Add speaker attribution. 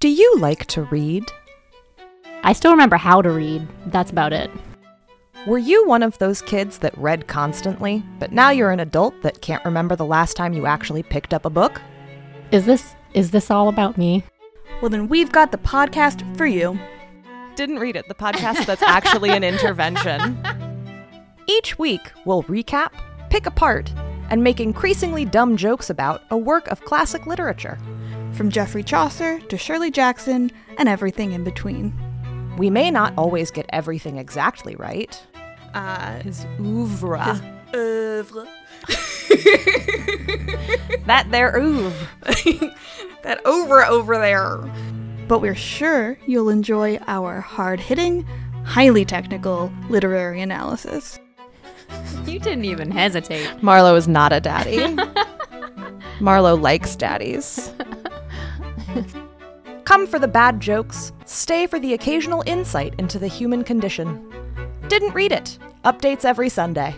Speaker 1: Do you like to read?
Speaker 2: I still remember how to read. That's about it.
Speaker 1: Were you one of those kids that read constantly, but now you're an adult that can't remember the last time you actually picked up a book?
Speaker 2: Is this is this all about me?
Speaker 3: Well, then we've got the podcast for you.
Speaker 1: Didn't read it, the podcast that's actually an intervention. Each week, we'll recap, pick apart, and make increasingly dumb jokes about a work of classic literature.
Speaker 3: From Geoffrey Chaucer to Shirley Jackson and everything in between.
Speaker 1: We may not always get everything exactly right.
Speaker 3: Uh,
Speaker 1: His oeuvre.
Speaker 3: oeuvre.
Speaker 1: that there oeuvre.
Speaker 3: that over over there. But we're sure you'll enjoy our hard hitting, highly technical literary analysis.
Speaker 2: You didn't even hesitate.
Speaker 1: Marlo is not a daddy. Marlo likes daddies. Come for the bad jokes, stay for the occasional insight into the human condition. Didn't read it. Updates every Sunday.